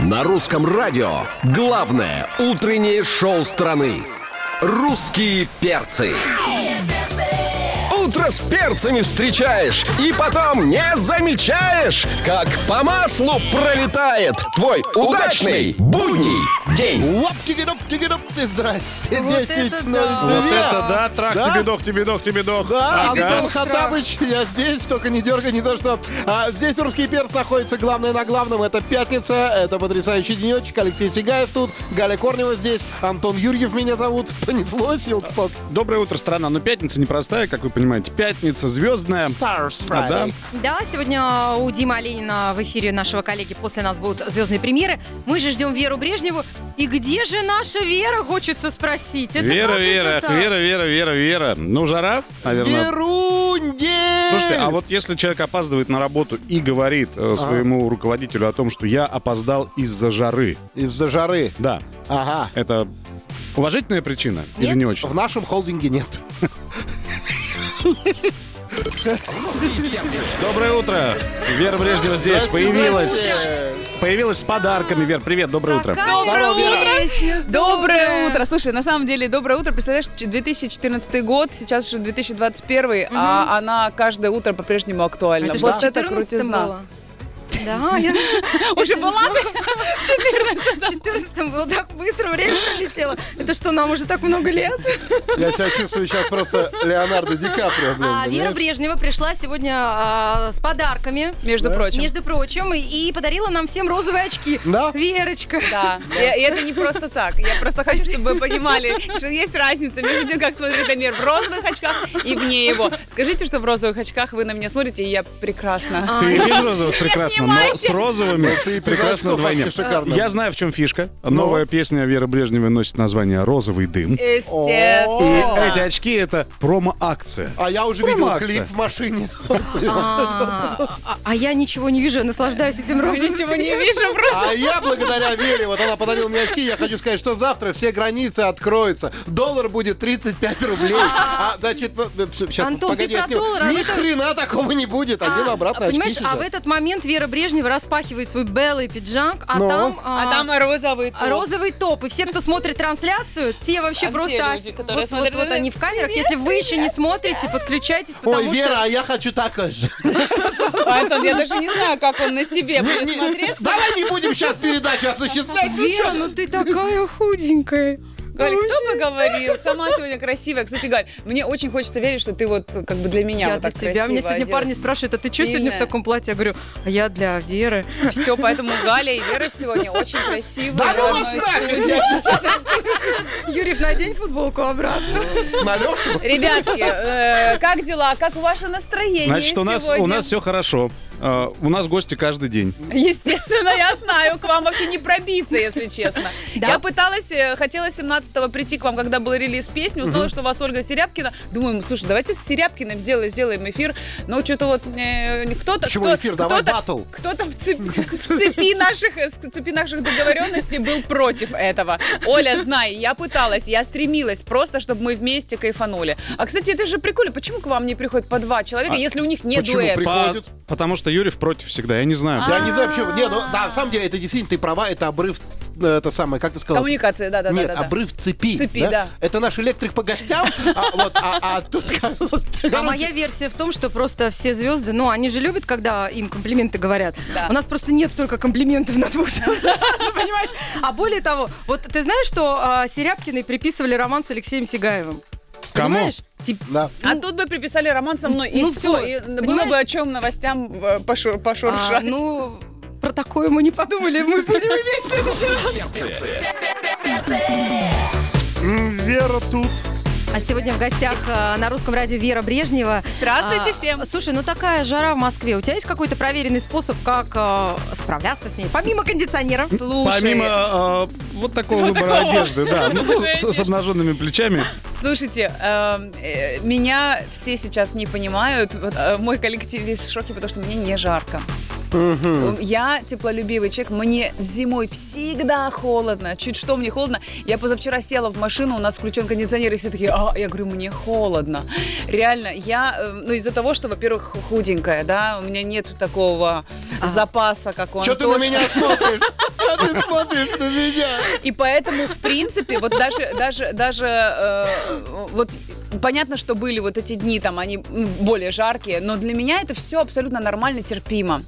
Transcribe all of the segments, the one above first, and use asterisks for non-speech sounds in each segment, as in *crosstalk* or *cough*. На русском радио главное утреннее шоу страны. Русские перцы. Утро с перцами встречаешь и потом не замечаешь, как по маслу пролетает твой удачный будний день. Оп, тигидоп, тигидоп, ты здрасте, Вот это 10.02. да. Вот это да, трах Да? тебе дох, тебе дох, тебе дох. Да, Ага. А, Антон Хатабыч, я здесь, только не дергай, не то что. А, здесь «Русский перц» находится, главное на главном. Это пятница, это потрясающий денечек. Алексей Сигаев тут, Галя Корнева здесь, Антон Юрьев меня зовут. *laughs* Понеслось, елки-палки. Доброе утро, страна. Ну, пятница непростая, как вы понимаете. Пятница звездная. Stars А, да? Friday. Да, сегодня у Димы Оленина в эфире нашего коллеги после нас будут звездные премьеры. Мы же ждем Веру Брежневу. И где же наша Вера, хочется спросить. Это Вера, как это Вера, так? Вера, Вера, Вера, Вера. Ну, жара, наверное. Верундель! Слушайте, а вот если человек опаздывает на работу и говорит э, своему руководителю о том, что я опоздал из-за жары, Из-за жары. да, Ага. это уважительная причина Нет. или не очень? В нашем холдинге нет. Доброе утро, Вера Брежнева здесь появилась, появилась с подарками. Вер, привет, доброе утро. Какая утро! песня? Доброе утро! Слушай, на самом деле, доброе утро. Представляешь, 2014 год, сейчас уже 2021, а она каждое утро по-прежнему актуальна. Это вот что, это крутизна. было? Да, я... *laughs* *laughs* Уже была ты? В 14 было так быстро, время пролетело. Это что, нам уже так много лет? Я себя чувствую сейчас просто Леонардо Ди Каприо, блин, А Вера понимаешь? Брежнева пришла сегодня а, с подарками. Между прочим. Между прочим, и, и подарила нам всем розовые очки. Да? Верочка. Да, и, и это не просто так. Я просто хочу, чтобы вы понимали, что есть разница между тем, как смотрит на мир в розовых очках и вне его. Скажите, что в розовых очках вы на меня смотрите, и я прекрасна. Ты и без розовых прекрасно, но с розовыми Ты прекрасно знаешь, вдвойне. вообще шикарно. Я знаю, в чем фишка. Ну? Новая песня Веры Брежневой носит название «Розовый дым». Естественно. Эти очки — это промо-акция. А я уже Прям видел акция. клип в машине. А, а- а я ничего не вижу, я наслаждаюсь этим Я розовым. Ничего не вижу просто. А я благодаря Вере, вот она подарила мне очки, я хочу сказать, что завтра все границы откроются. Доллар будет 35 рублей. А, значит, сейчас, Антон, погоди, ты я про сниму. доллар, а Ни в этом- хрена такого не будет, один обратно А, очки Понимаешь, а сейчас. в этот момент Вера Брежнева распахивает свой белый пиджак, а Ну? там... А там розовый а, розовый топ. И все, кто смотрит трансляцию, те вообще А те просто... люди, оф- которые вот, вот, смотрят, вот они в камерах. Если вы еще не смотрите, подключайтесь, потому Ой, Вера, что... а я хочу такой *laughs* же. Антон, я даже не знаю, как он на тебе Ну, будет смотреться. Давай не будем сейчас передачу осуществлять. ну Вера, чё? ну ты такая худенькая. Галь, кто бы говорил? Сама сегодня красивая. Кстати, Галь, мне очень хочется верить, что ты вот как бы для меня Я вот для так тебя. Мне сегодня парни спрашивают, а ты что сегодня в Стильная. таком платье? Я говорю, а я для Веры. Все, поэтому Галя и Вера сегодня очень красивые. Да ну вас Одной нахрен! я- Юрьев, надень футболку обратно. На Лёшу? Ребятки, э, как дела? Как ваше настроение Значит, у нас, у сегодня? нас все хорошо. Э, У нас гости каждый день. Естественно, я знаю, к вам вообще не пробиться, если честно. Да? Я пыталась, э, хотела 17-го прийти к вам, когда был релиз песни, узнала, что у вас Ольга Серябкина. Думаю, слушай, давайте с Серябкиным сделаем, сделаем эфир. Но что-то вот э, кто-то... Почему кто- эфир? Давай кто-то- баттл. Кто-то в цеп- в цепи наших, э, с цепи наших договоренностей был против этого. Оля, знай, я пыталась, я стремилась просто, чтобы мы вместе кайфанули. А, кстати, это же прикольно. Почему к вам не приходит по два человека, А если у них нет почему? дуэта? При- Приходит. По- потому что Юрьев против всегда, я не знаю. Я не знаю, почему. Не, ну, да, на самом деле, это действительно, ты права, это обрыв, э, это самое, как ты сказала? Коммуникация, да, да, да, Нет, а да, да. обрыв цепи. Цепи, да. Это наш электрик по гостям, а, вот, а, а тут... как- *laughs* вот, А ну, короче, моя версия в том, что просто все звезды, ну, они же любят, когда им комплименты говорят. У нас просто нет столько комплиментов на двух звездах, *laughs* понимаешь? А более того, вот ты знаешь, что а, Серябкиной приписывали роман с Алексеем Сигаевым? Кому? Понимаешь? *laughs* Тип- да. А тут бы приписали роман со мной, и ну все. всё, И было понимаешь? бы о чем новостям э, пошу- а, пошуршать. ну, про такое мы не подумали, мы будем иметь в следующий *laughs* раз. Вера тут. А сегодня в гостях а, на русском радио Вера Брежнева. Здравствуйте А, всем. Слушай, ну такая жара в Москве. У тебя есть какой-то проверенный способ, как а, справляться с ней? Помимо кондиционеров. Слушай, Помимо э, вот такого выбора одежды, да, ну, Выбора с- с одежды. обнаженными плечами. слушайте, эм, э, меня все сейчас не понимают. Вот, э, мой коллектив весь в шоке, потому что мне не жарко. Я теплолюбивый человек, мне зимой всегда холодно. Чуть что мне холодно. Я позавчера села в машину, у нас включен кондиционер, и все такие, а, я говорю, мне холодно. Реально, я, э, ну, из-за того, что, во-первых, А. худенькая, да, у меня нет такого запаса, как у Чё ты Антошки. на меня смотришь? а ты смотришь на меня. И поэтому, в принципе, вот даже, даже, даже э, вот понятно, что были вот эти дни, там они м, более жаркие, но для меня это все абсолютно нормально, терпимо.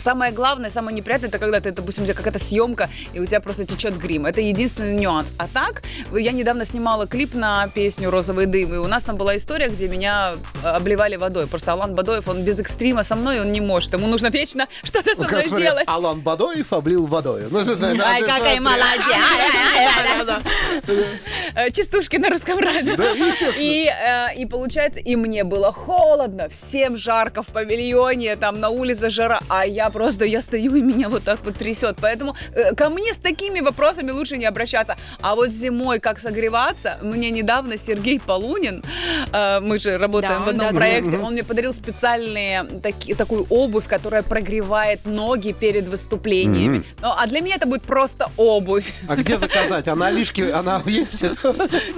Самое главное, самое неприятное, это когда ты, допустим, у тебя какая-то съемка, и у тебя просто течет грим. Это единственный нюанс. А так, я недавно снимала клип на песню «Розовый дым», и у нас там была история, где меня э, обливали водой. Просто Алан Бадоев, он без экстрима со мной, он не может. Ему нужно вечно что-то со мной Ну, Смотри, делать. Алан Бадоев облил водою. Ну, это- Ай, это- какая это- молодец! Ай, ай, ай, ай, Да-да-да. ай. Э, Частушки на русском радио. Да, естественно. И, э, и получается, и мне было холодно, всем жарко в павильоне, там на улице жара, а я просто, я стою и меня вот так вот трясет. Поэтому э, ко мне с такими вопросами лучше не обращаться. А вот зимой как согреваться, мне недавно Сергей Полунин, э, мы же работаем Да, в одном да, да. проекте, он мне подарил специальные таки- такую обувь, которая прогревает ноги перед выступлениями. Ну, а для меня это будет просто обувь. А где заказать? Она лишки, она есть?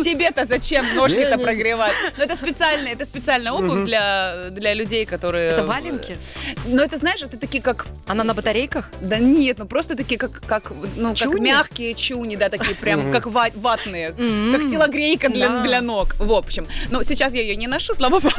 Тебе-то зачем ножки-то Не-не-не. прогревать? Ну, это специально, это специальная обувь для, для людей, которые... Это валенки? Ну, это, знаешь, это такие как... Она на батарейках? Да нет, ну просто такие как, как, ну, как Чуни? мягкие чуни, да, такие прям как ва- ватные, как телогрейка для, Да. для ног, в общем. Но сейчас я ее не ношу, слава богу.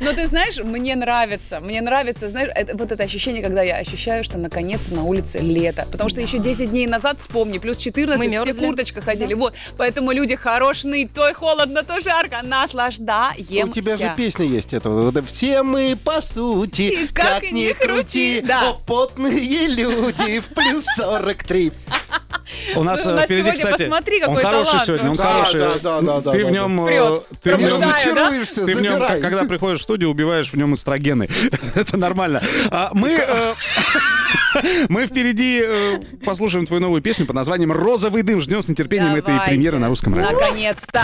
Но ты знаешь, мне нравится, мне нравится, знаешь, это- вот это ощущение, когда я ощущаю, что наконец на улице лето. Потому что еще 10 дней назад, вспомни, плюс 14, Мы все мерзли. курточка ходили. Вот, поэтому люди хорошны, то и холодно, то жарко, наслаждаемся. У тебя же песня есть этого. Вот, Все мы по сути, И как как и не ни крути, крути, да. о, потные люди в плюс 43. У нас Ну, у э, нас впереди, сегодня, кстати, посмотри, он какой хороший талант сегодня, он вообще. хороший. Да, да, да, да, ты да, в да. нем, э, Прет. ты в Прет. нем, Знаю, да? разочаруешься, ты в нем, забирай. когда приходишь в студию, убиваешь в нем эстрогены. *laughs* Это нормально. А, Мы, э, *laughs* мы впереди э, послушаем твою новую песню под названием "Розовый дым". Ждем с нетерпением этой Давайте. премьеры на русском радио. Наконец-то.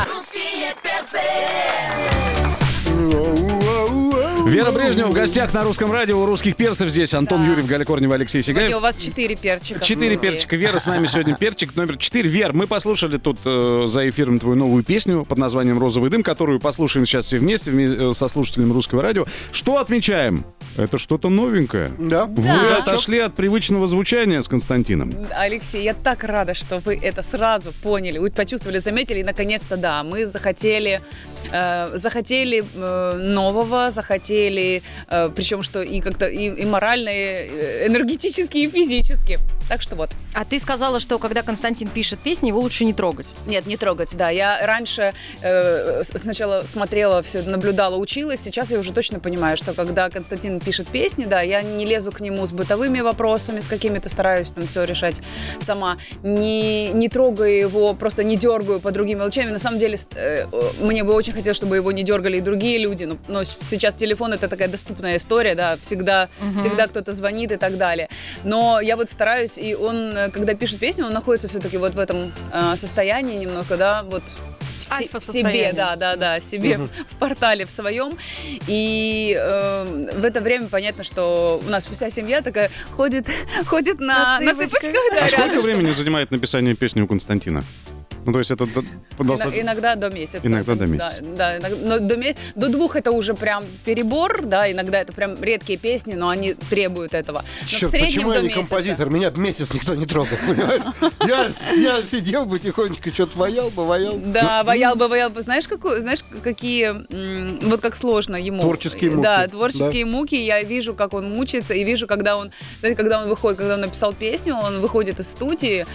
Вера Брежнева в гостях на русском радио у русских перцев здесь Антон Да. Юрьев, Галя Корнева, Алексей Сегодня Сигаев. у вас четыре перчика. Четыре в студии. перчика. Вера с нами сегодня. Перчик номер четыре. Вер, мы послушали тут э, за эфиром твою новую песню под названием «Розовый дым», которую послушаем сейчас все вместе, вме- э, со слушателями Русского радио. Что отмечаем? Это что-то новенькое. Да. Вы отошли от привычного звучания с Константином. Алексей, я так рада, что вы это сразу поняли, вы почувствовали, заметили. И, наконец-то, да, мы захотели, э, захотели э, нового, захотели, э, причем что и как-то и, и морально, и э, энергетически, и физически. Так что вот. А ты сказала, что когда Константин пишет песни, его лучше не трогать. Нет, не трогать, да. Я раньше э, с- сначала смотрела, все наблюдала, училась. Сейчас я уже точно понимаю, что когда Константин пишет песни, да, я не лезу к нему с бытовыми вопросами, с какими-то стараюсь там все решать сама. Не, не трогаю его, просто не дергаю по другим мелочам. И На самом деле, с- э, э, мне бы очень хотелось, чтобы его не дергали и другие люди. Но, но с- сейчас телефон это такая доступная история, да, всегда, всегда кто-то звонит и так далее. Но я вот стараюсь, и он, э, когда пишет песню, он находится все-таки вот в этом э, состоянии немного, да, вот в, се- в себе, Альфа-состояние. да, да, да, в себе, в портале в своем. И э, в это время понятно, что у нас вся семья такая ходит, *laughs* ходит на, На на цыпочках. цыпочках, да, А сколько рядышком. времени занимает написание песни у Константина? Ну, то есть это... д- Ина- доста- иногда до месяца. Иногда до Да, месяца. Да, иногда- но до, ме- до двух это уже прям перебор, да, иногда это прям редкие песни, но они требуют этого. Но Черт, в среднем почему до я не месяца. композитор? Меня месяц никто не трогал, понимаешь? Я, я сидел бы тихонечко, что-то ваял бы, Ну, ваял. Да, воял бы, воял бы. Знаешь, какую, знаешь, какие, м, вот как сложно ему. Творческие муки. Да, творческие муки. Я вижу, как он мучается, и вижу, когда он, знаете, когда он выходит, когда он написал песню, он выходит из студии.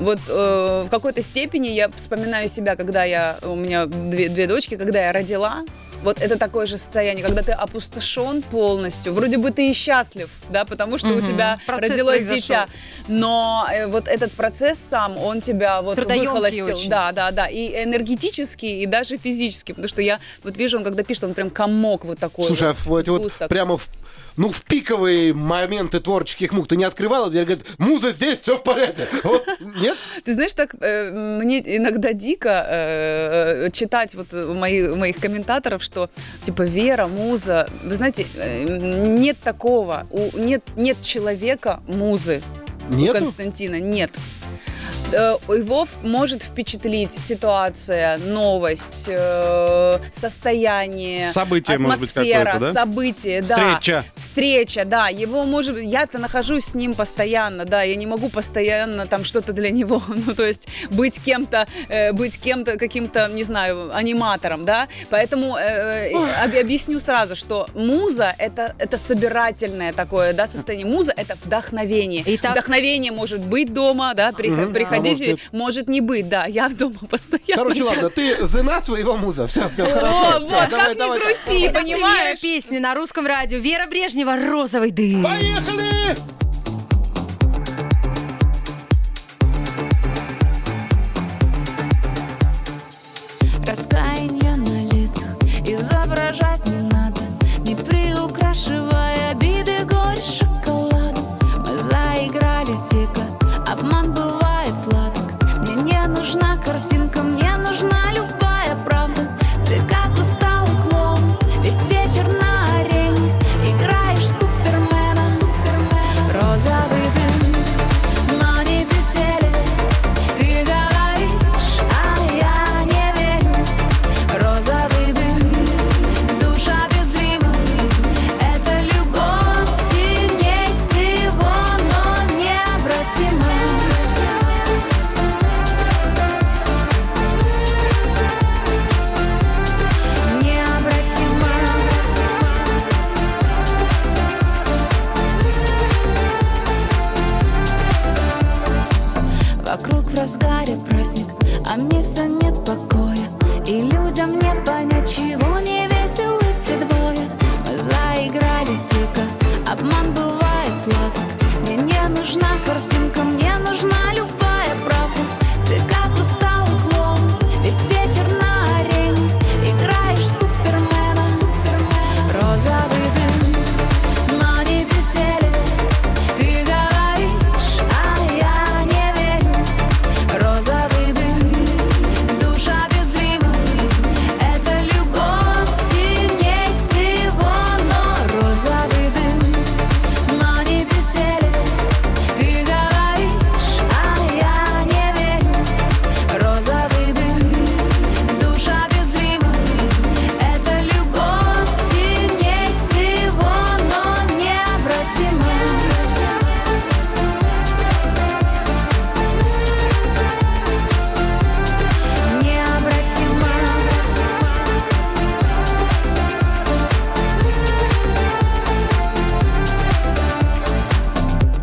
Вот э, в какой-то степени я вспоминаю себя, когда я, у меня две, две дочки, когда я родила. Вот это такое же состояние, когда ты опустошен полностью. Вроде бы ты и счастлив, да, потому что у Мгм. тебя Процесс родилось произошел. дитя. Но э, вот этот процесс сам, он тебя вот Трудоемкий выхолостил. очень. Да, да, да. И энергетически, и даже физически. Потому что я вот вижу, он когда пишет, он прям комок вот такой. Слушай, а вот, вот, вот сгусток. прямо в, ну, в пиковые моменты творческих мук ты не открывала дверь, говорит, муза здесь, все в порядке. Вот, нет? *laughs* Ты знаешь, так э, мне иногда дико э, читать вот э, мои, моих комментаторов, что типа вера, муза. Вы знаете, э, нет такого. У- нет, нет человека музы. Нету? Константина нет. э, его в- может впечатлить ситуация, новость, э, состояние, Событие, может быть, атмосфера, какое-то, да? событие, да. Встреча. Встреча, да. Его может быть- я-то нахожусь с ним постоянно, да, я не могу постоянно там что-то для него, *laughs* ну то есть быть кем-то, э, быть кем-то каким-то, не знаю, аниматором, да. Поэтому э, э, об- объясню сразу, что муза это это собирательное такое, да, состояние. Муза это вдохновение. Итак- Вдохновение может быть дома, да, при- приходите, А может может, не быть, да, я дома *laughs* постоянно. Короче, ладно, ты зына своего муза. Все, все, хорошо. О, Всё, вот, как давай, ни давай. крути, Это премьера понимаешь? песни на русском радио. Вера Брежнева «Розовый дым». Поехали! Раскаяние на лицах Изображать не надо Не приукрашивая обиды Горь шоколадом Мы заигрались дико Обман бывает сладок Мне не нужна картинка Мне нужна любая правда Ты как усталый клоун Весь вечер на арене Играешь в супермена Розовый дым Но не веселит Ты говоришь, а я не верю Розовый дым, душа без грима Это любовь сильней всего, но необратима Необратима Вокруг в разгаре праздник, а мне все нет покоя И людям не понять, чего не веселы те двое Мы заигрались дико, обман бывает сладок Мне не нужна картинка, мне нужна любая правда Ты как усталый клоун, весь вечер на арене Играешь в супермена, розовый дым Но не веселит, ты говоришь, а я не верю Розовый дым, душа без грима Это любовь сильней всего, но розовый дым Но не веселит, ты говоришь, а я не верю Розовый дым, душа без грима Это любовь сильней всего, но необратима Необратима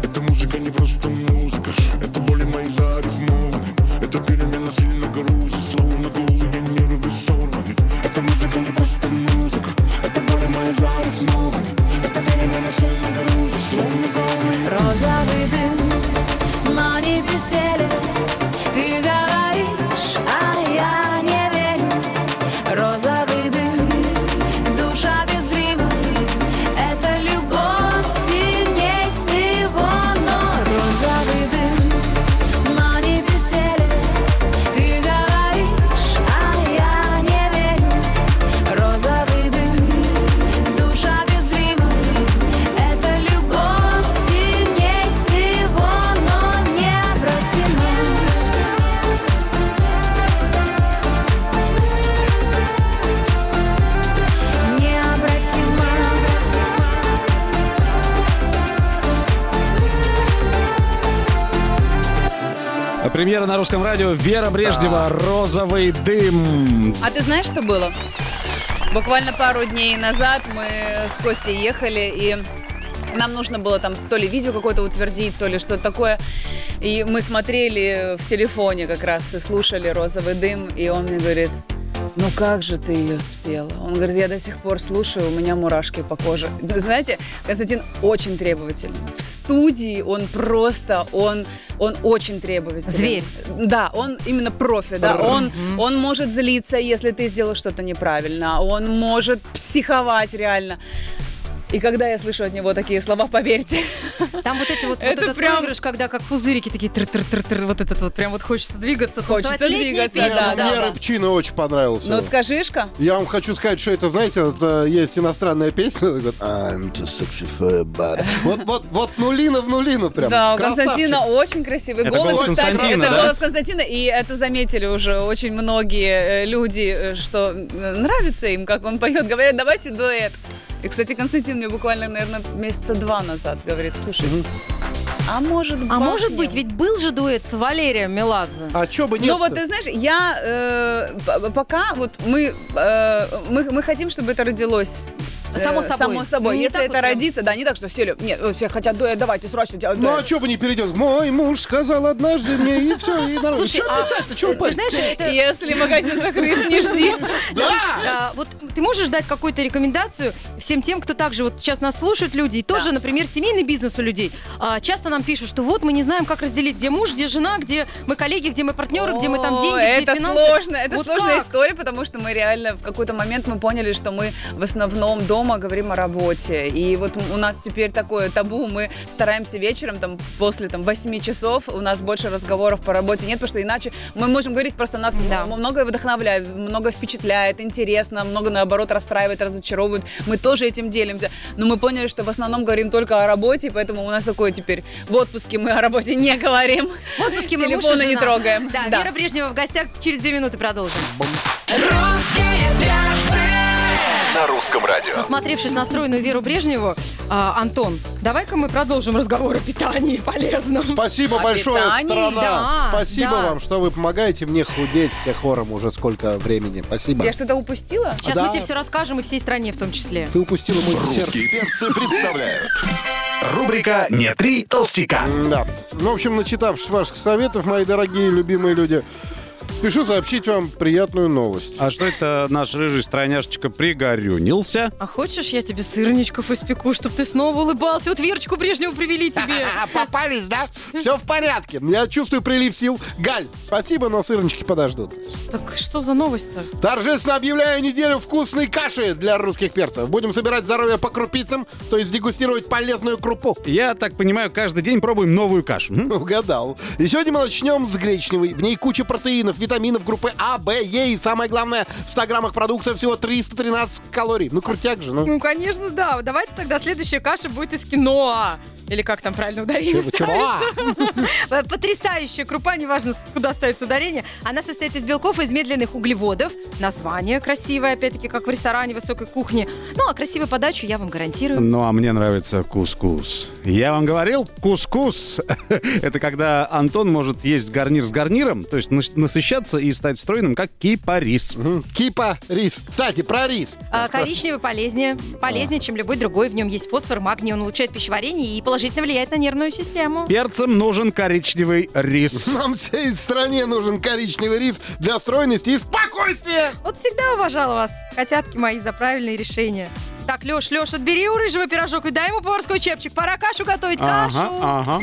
Эта музыка не просто музыка Это боли мои зарифмованы Эта перемена сильно грузит Словно голые нервы сорваны Эта музыка не просто музыка Это боли мои зарифмованы Эта перемена сильно грузит Словно голые Розовый дым, но не веселит Ты говоришь, а я не верю Розовый дым, душа без грима Это любовь сильней всего, но розовый дым, но не веселит Ты говоришь, а я не верю Розовый дым, душа без грима Это любовь сильней всего, но необратима Необратима Премьера на русском радио Вера Брежнева «Розовый дым». А ты знаешь, что было? Буквально пару дней назад мы с Костей ехали, и нам нужно было там то ли видео какое-то утвердить, то ли что-то такое. И мы смотрели в телефоне как раз и слушали «Розовый дым», и он мне говорит, ну как же ты ее спела? Он говорит, я до сих пор слушаю, у меня мурашки по коже. Ну, Знаете, Константин очень требователен. В студии он просто, он, он очень требователен. Зверь. Да, он именно профи, да. Он, он может злиться, если ты сделал что-то неправильно. Он может психовать реально. И когда я слышу от него такие слова, поверьте, Там вот эти вот, вот Это этот прям- проигрыш, когда как пузырики такие тр-тр-тр-тр, вот этот вот прям вот хочется двигаться, Хочется танцевать. Летние двигаться, песни, да, Мне рыбчина очень понравился. ну скажишка, Я вам хочу сказать, что это, знаете, вот, э, есть иностранная песня, она говорит, I'm too sexy for a body». Вот, вот, вот нулина в нулину прям. да, у Красавчик. Константина очень красивый Это голос, голос кстати, Константина, это да? голос Константина, и это заметили уже очень многие э, люди, э, что э, нравится им, как он поет, говорят, давайте дуэт. И, кстати, Константин мне буквально, наверное, месяца два назад говорит, слушай, а может быть? А может быть, ведь был же дуэт с Валерием Меладзе. А чё бы нет Ну вот ты знаешь, я э, п- пока вот мы, э, мы мы хотим, чтобы это родилось. э, Само собой. Ну, Само собой. Не Если так это вот прям. родится, да, не так, что сели. Нет, э, все хотят дуэт, давайте срочно делать Ну а дуэт. чё бы не перейдет? Мой муж сказал однажды мне, и все, и нормально. Слушай, Чё а писать-то, чё Ты упасть? знаешь, это, Если магазин закрыт, не жди. а, вот ты можешь дать какую-то рекомендацию всем тем, кто также вот сейчас нас слушают люди, и тоже, например, семейный бизнес у людей. А, часто нам пишут, что вот мы не знаем, как разделить, где муж, где жена, где мы коллеги, где мы партнеры, где мы там О, деньги, где Это финансы. сложно, это Вот сложная как? история, потому что мы реально в какой-то момент мы поняли, что мы в основном дома говорим о работе. И вот у нас теперь такое табу, мы стараемся вечером, там, после там, 8 часов у нас больше разговоров по работе нет, потому что иначе мы можем говорить, просто нас Да. м- многое вдохновляет, много впечатляет, интересно, много наоборот расстраивает, разочаровывает. Мы тоже этим делимся. Но мы поняли, что в основном говорим только о работе, поэтому у нас такое теперь в отпуске мы о работе не говорим. В отпуске мы муж и Телефона не жена. трогаем. Да, Вера Брежнева в гостях через две минуты продолжим. На русском радио. Насмотревшись на стройную Веру Брежневу, а, Антон, давай-ка мы продолжим разговор о питании полезном. Спасибо О большое, питании, страна. да, Спасибо да. вам, что вы помогаете мне худеть все хором уже сколько времени. Спасибо. Я что-то упустила? Сейчас Да. мы тебе все расскажем и всей стране в том числе. Ты упустила мой десерт. Русские перцы представляют. Рубрика «Не три толстяка». Да. Ну, в общем, начитавшись ваших советов, мои дорогие любимые люди, спешу сообщить вам приятную новость. А что это наш рыжий стройняшечка пригорюнился? А хочешь, я тебе сырничков испеку, чтобы ты снова улыбался? Вот Верочку Брежневу привели *laughs* тебе. А, попались, да? Все в порядке. Я чувствую прилив сил. Галь, спасибо, но сырнички подождут. Так что за новость-то? Торжественно объявляю неделю вкусной каши для русских перцев. Будем собирать здоровье по крупицам, то есть дегустировать полезную крупу. *laughs* Я так понимаю, каждый день пробуем новую кашу. М? Угадал. И сегодня мы начнем с гречневой. В ней куча протеинов, витаминов группы А, Б, Е и самое главное, в 100 граммах продукта всего 313 калорий. Ну, крутяк же, ну. Ну, конечно, да. Давайте тогда следующая каша будет из киноа. Или как там правильно ударение Чего- чего? Э, Потрясающая крупа, неважно, с- куда ставится ударение. Она состоит из белков и из медленных углеводов. Название красивое, опять-таки, как в ресторане высокой кухни. Ну, а красивую подачу я вам гарантирую. Ну, а мне нравится кускус. Я вам говорил, кускус — *laughs* это когда Антон может есть гарнир с гарниром, то есть нас- насыщаться и стать стройным, как кипарис. М, Кипа, рис. Кстати, про рис. А, коричневый полезнее, А. полезнее, чем любой другой. В нем есть фосфор, магний, он улучшает пищеварение и положительно влияет на нервную систему. Перцем нужен коричневый рис. Нам всей стране нужен коричневый рис для стройности и спокойствия. Вот всегда уважала вас, котятки мои, за правильные решения. Так, Леш, Леш, отбери у рыжего пирожок и дай ему поварской чепчик. Пора кашу готовить, кашу! Ага, а. ага.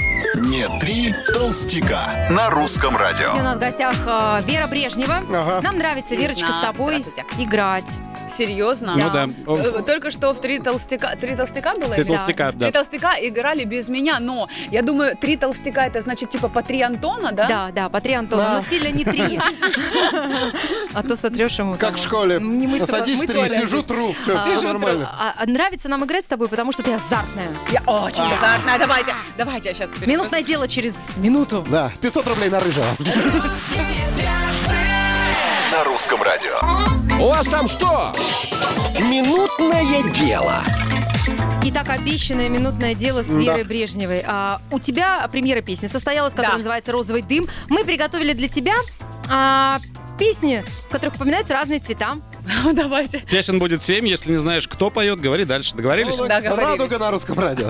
«Не три толстяка» на русском радио. Сегодня у нас в гостях э, Вера Брежнева. Нам нравится, Верочка, с знаю. тобой Здравствуйте. играть. Серьезно? Ну да. Э, Только что в три толстяка. Три толстяка было? Ты или- толстяка, да. Три толстяка играли без меня, но я думаю, три толстяка это значит типа по три Антона, да? Да, да, по три Антона, но сильно не три. А то сотрешь ему. Как там. в школе. Не мы тро- Садись мы три, троллим. сижу тру. Все, Сижу, тру. нормально. А, а нравится нам играть с тобой, потому что ты азартная. Я очень азартная. Давайте, давайте, я сейчас Минутное дело через минуту. Да, 500 рублей на рыжего. На русском радио. У вас там что? Минутное дело. Итак, обещанное минутное дело с Верой Брежневой. А, у тебя премьера песни состоялась, которая Да. называется «Розовый дым». Мы приготовили для тебя а, песни, в которых упоминаются разные цвета. *laughs* Давайте. Песен будет семь, если не знаешь, кто поет, говори дальше. Договорились? Договорились. Радуга на русском радио.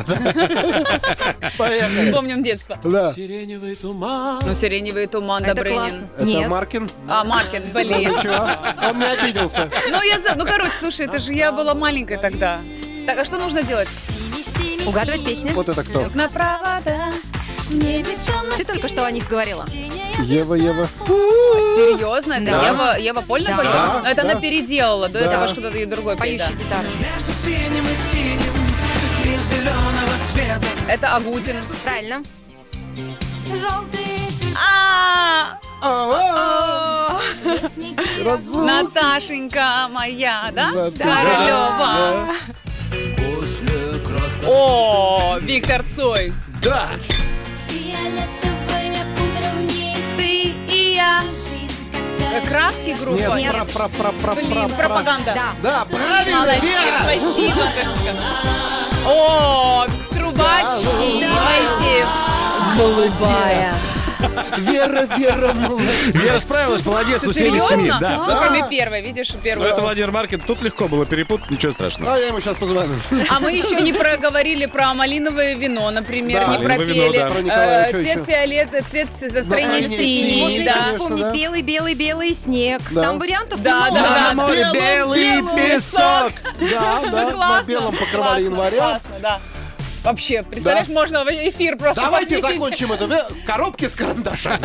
Поехали. Вспомним детство. Да. Сиреневый туман. Ну, сиреневый туман, А. Это Добрынин. классно. Это Нет. Маркин. А, Маркин, блин. Ну, Чего? Он не обиделся. Ну, я за... Ну, короче, слушай, это же я была маленькая тогда. Так, а что нужно делать? Угадывать песни. Вот это кто? Направо, да. Ты только что о них говорила. Ева, Ева. Серьезно? Это Да. Ева, Ева Польна Да. поет? Да, Но Это да. она переделала. До этого же кто-то другой поет. Поющий да. гитар. Между синим и синим зеленого цвета Это Агутин. Правильно. Желтые А, тенники, Разлук. Наташенька моя, да? Наташа. Королева. О, Виктор Цой. фиолетовая пудра в ней. Ты и я. Жизнь Э, какая Краски группы. Нет, про про про про Блин, про- пропаганда. Да. Да, правильно, Молодец, Вера! спасибо, Наташечка. О, трубач и Моисеев. Голубая. Вера, Вера, молодец. Вера справилась, молодец, Ты ну 77, серьезно? да. Ну, кроме первой, видишь, Ну, первую. это Владимир Маркин, тут легко было перепутать, ничего страшного. А я ему сейчас позвоню. А мы еще не проговорили про малиновое вино, например, Да, не малиновое вино, пропели. да. Про Николая, Э, что Цвет еще? фиолет, цвет с- настроения Настроение синий, синий, Можно да. еще Конечно, вспомнить да. белый-белый-белый снег. Да. Там вариантов Да, много. да, да. белом, белом песок! Да, да, на Ну, Классно, белом покрывале классно, января. Классно, да. Вообще, представляешь, Да. можно в эфир просто Давайте посвятить. закончим это. Вера, Коробки с карандашами.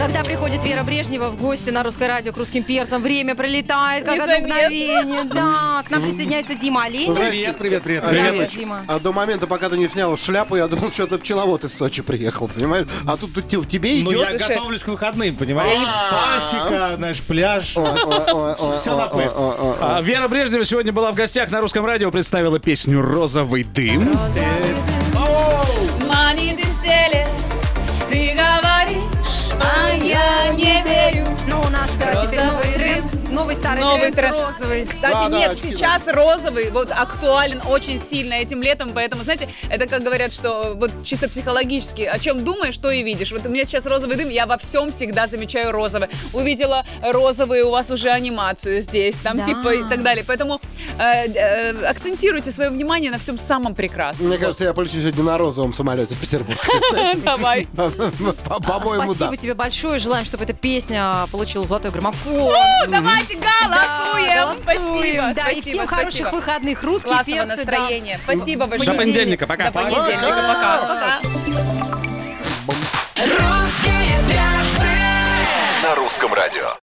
Когда приходит Вера Брежнева в гости на Русское радио к русским перцам, время пролетает, как одно Незаметно. мгновение. Да, к нам присоединяется Дима Оленин. Привет, привет, привет. Привет, Дима. А до момента, пока ты не снял шляпу, я думал, что это пчеловод из Сочи приехал, понимаешь? А тут тут те- тебе Ну, я идет... Слушай. готовлюсь к выходным, понимаешь? Пасека, знаешь, пляж. Все на пыль. А Вера Брежнева сегодня была в гостях на русском радио, представила песню «Розовый дым». Мани ты селе, ты говоришь, а я не верю. Ну, у нас э, теперь Розовый новый тренд, новый старый Новый тренд, тренд. розовый. Кстати, Да, да, нет, очки, сейчас розовый вот актуален очень сильно этим летом, поэтому, знаете, это как говорят, что вот чисто психологически, о чем думаешь, то и видишь. Вот у меня сейчас розовый дым, я во всем всегда замечаю розовый. Увидела розовый, у вас уже анимацию здесь, там Да. типа и так далее. Поэтому э, э, акцентируйте свое внимание на всем самом прекрасном. Мне кажется, я полечу сегодня на розовом самолете в Петербург. *laughs* Давай. По- *laughs* По-моему, Спасибо да. тебе большое. Желаем, чтобы эта песня получила золотой граммофон. Ну, Давайте голосуем. Да, Спасибо. голосуем. Да, и всем спасибо, хороших спасибо. выходных. Русские Классного перцы, да. настроения. Спасибо большое. До понедельника, пока. До понедельника. Пока. Пока. Русские перцы На русском радио.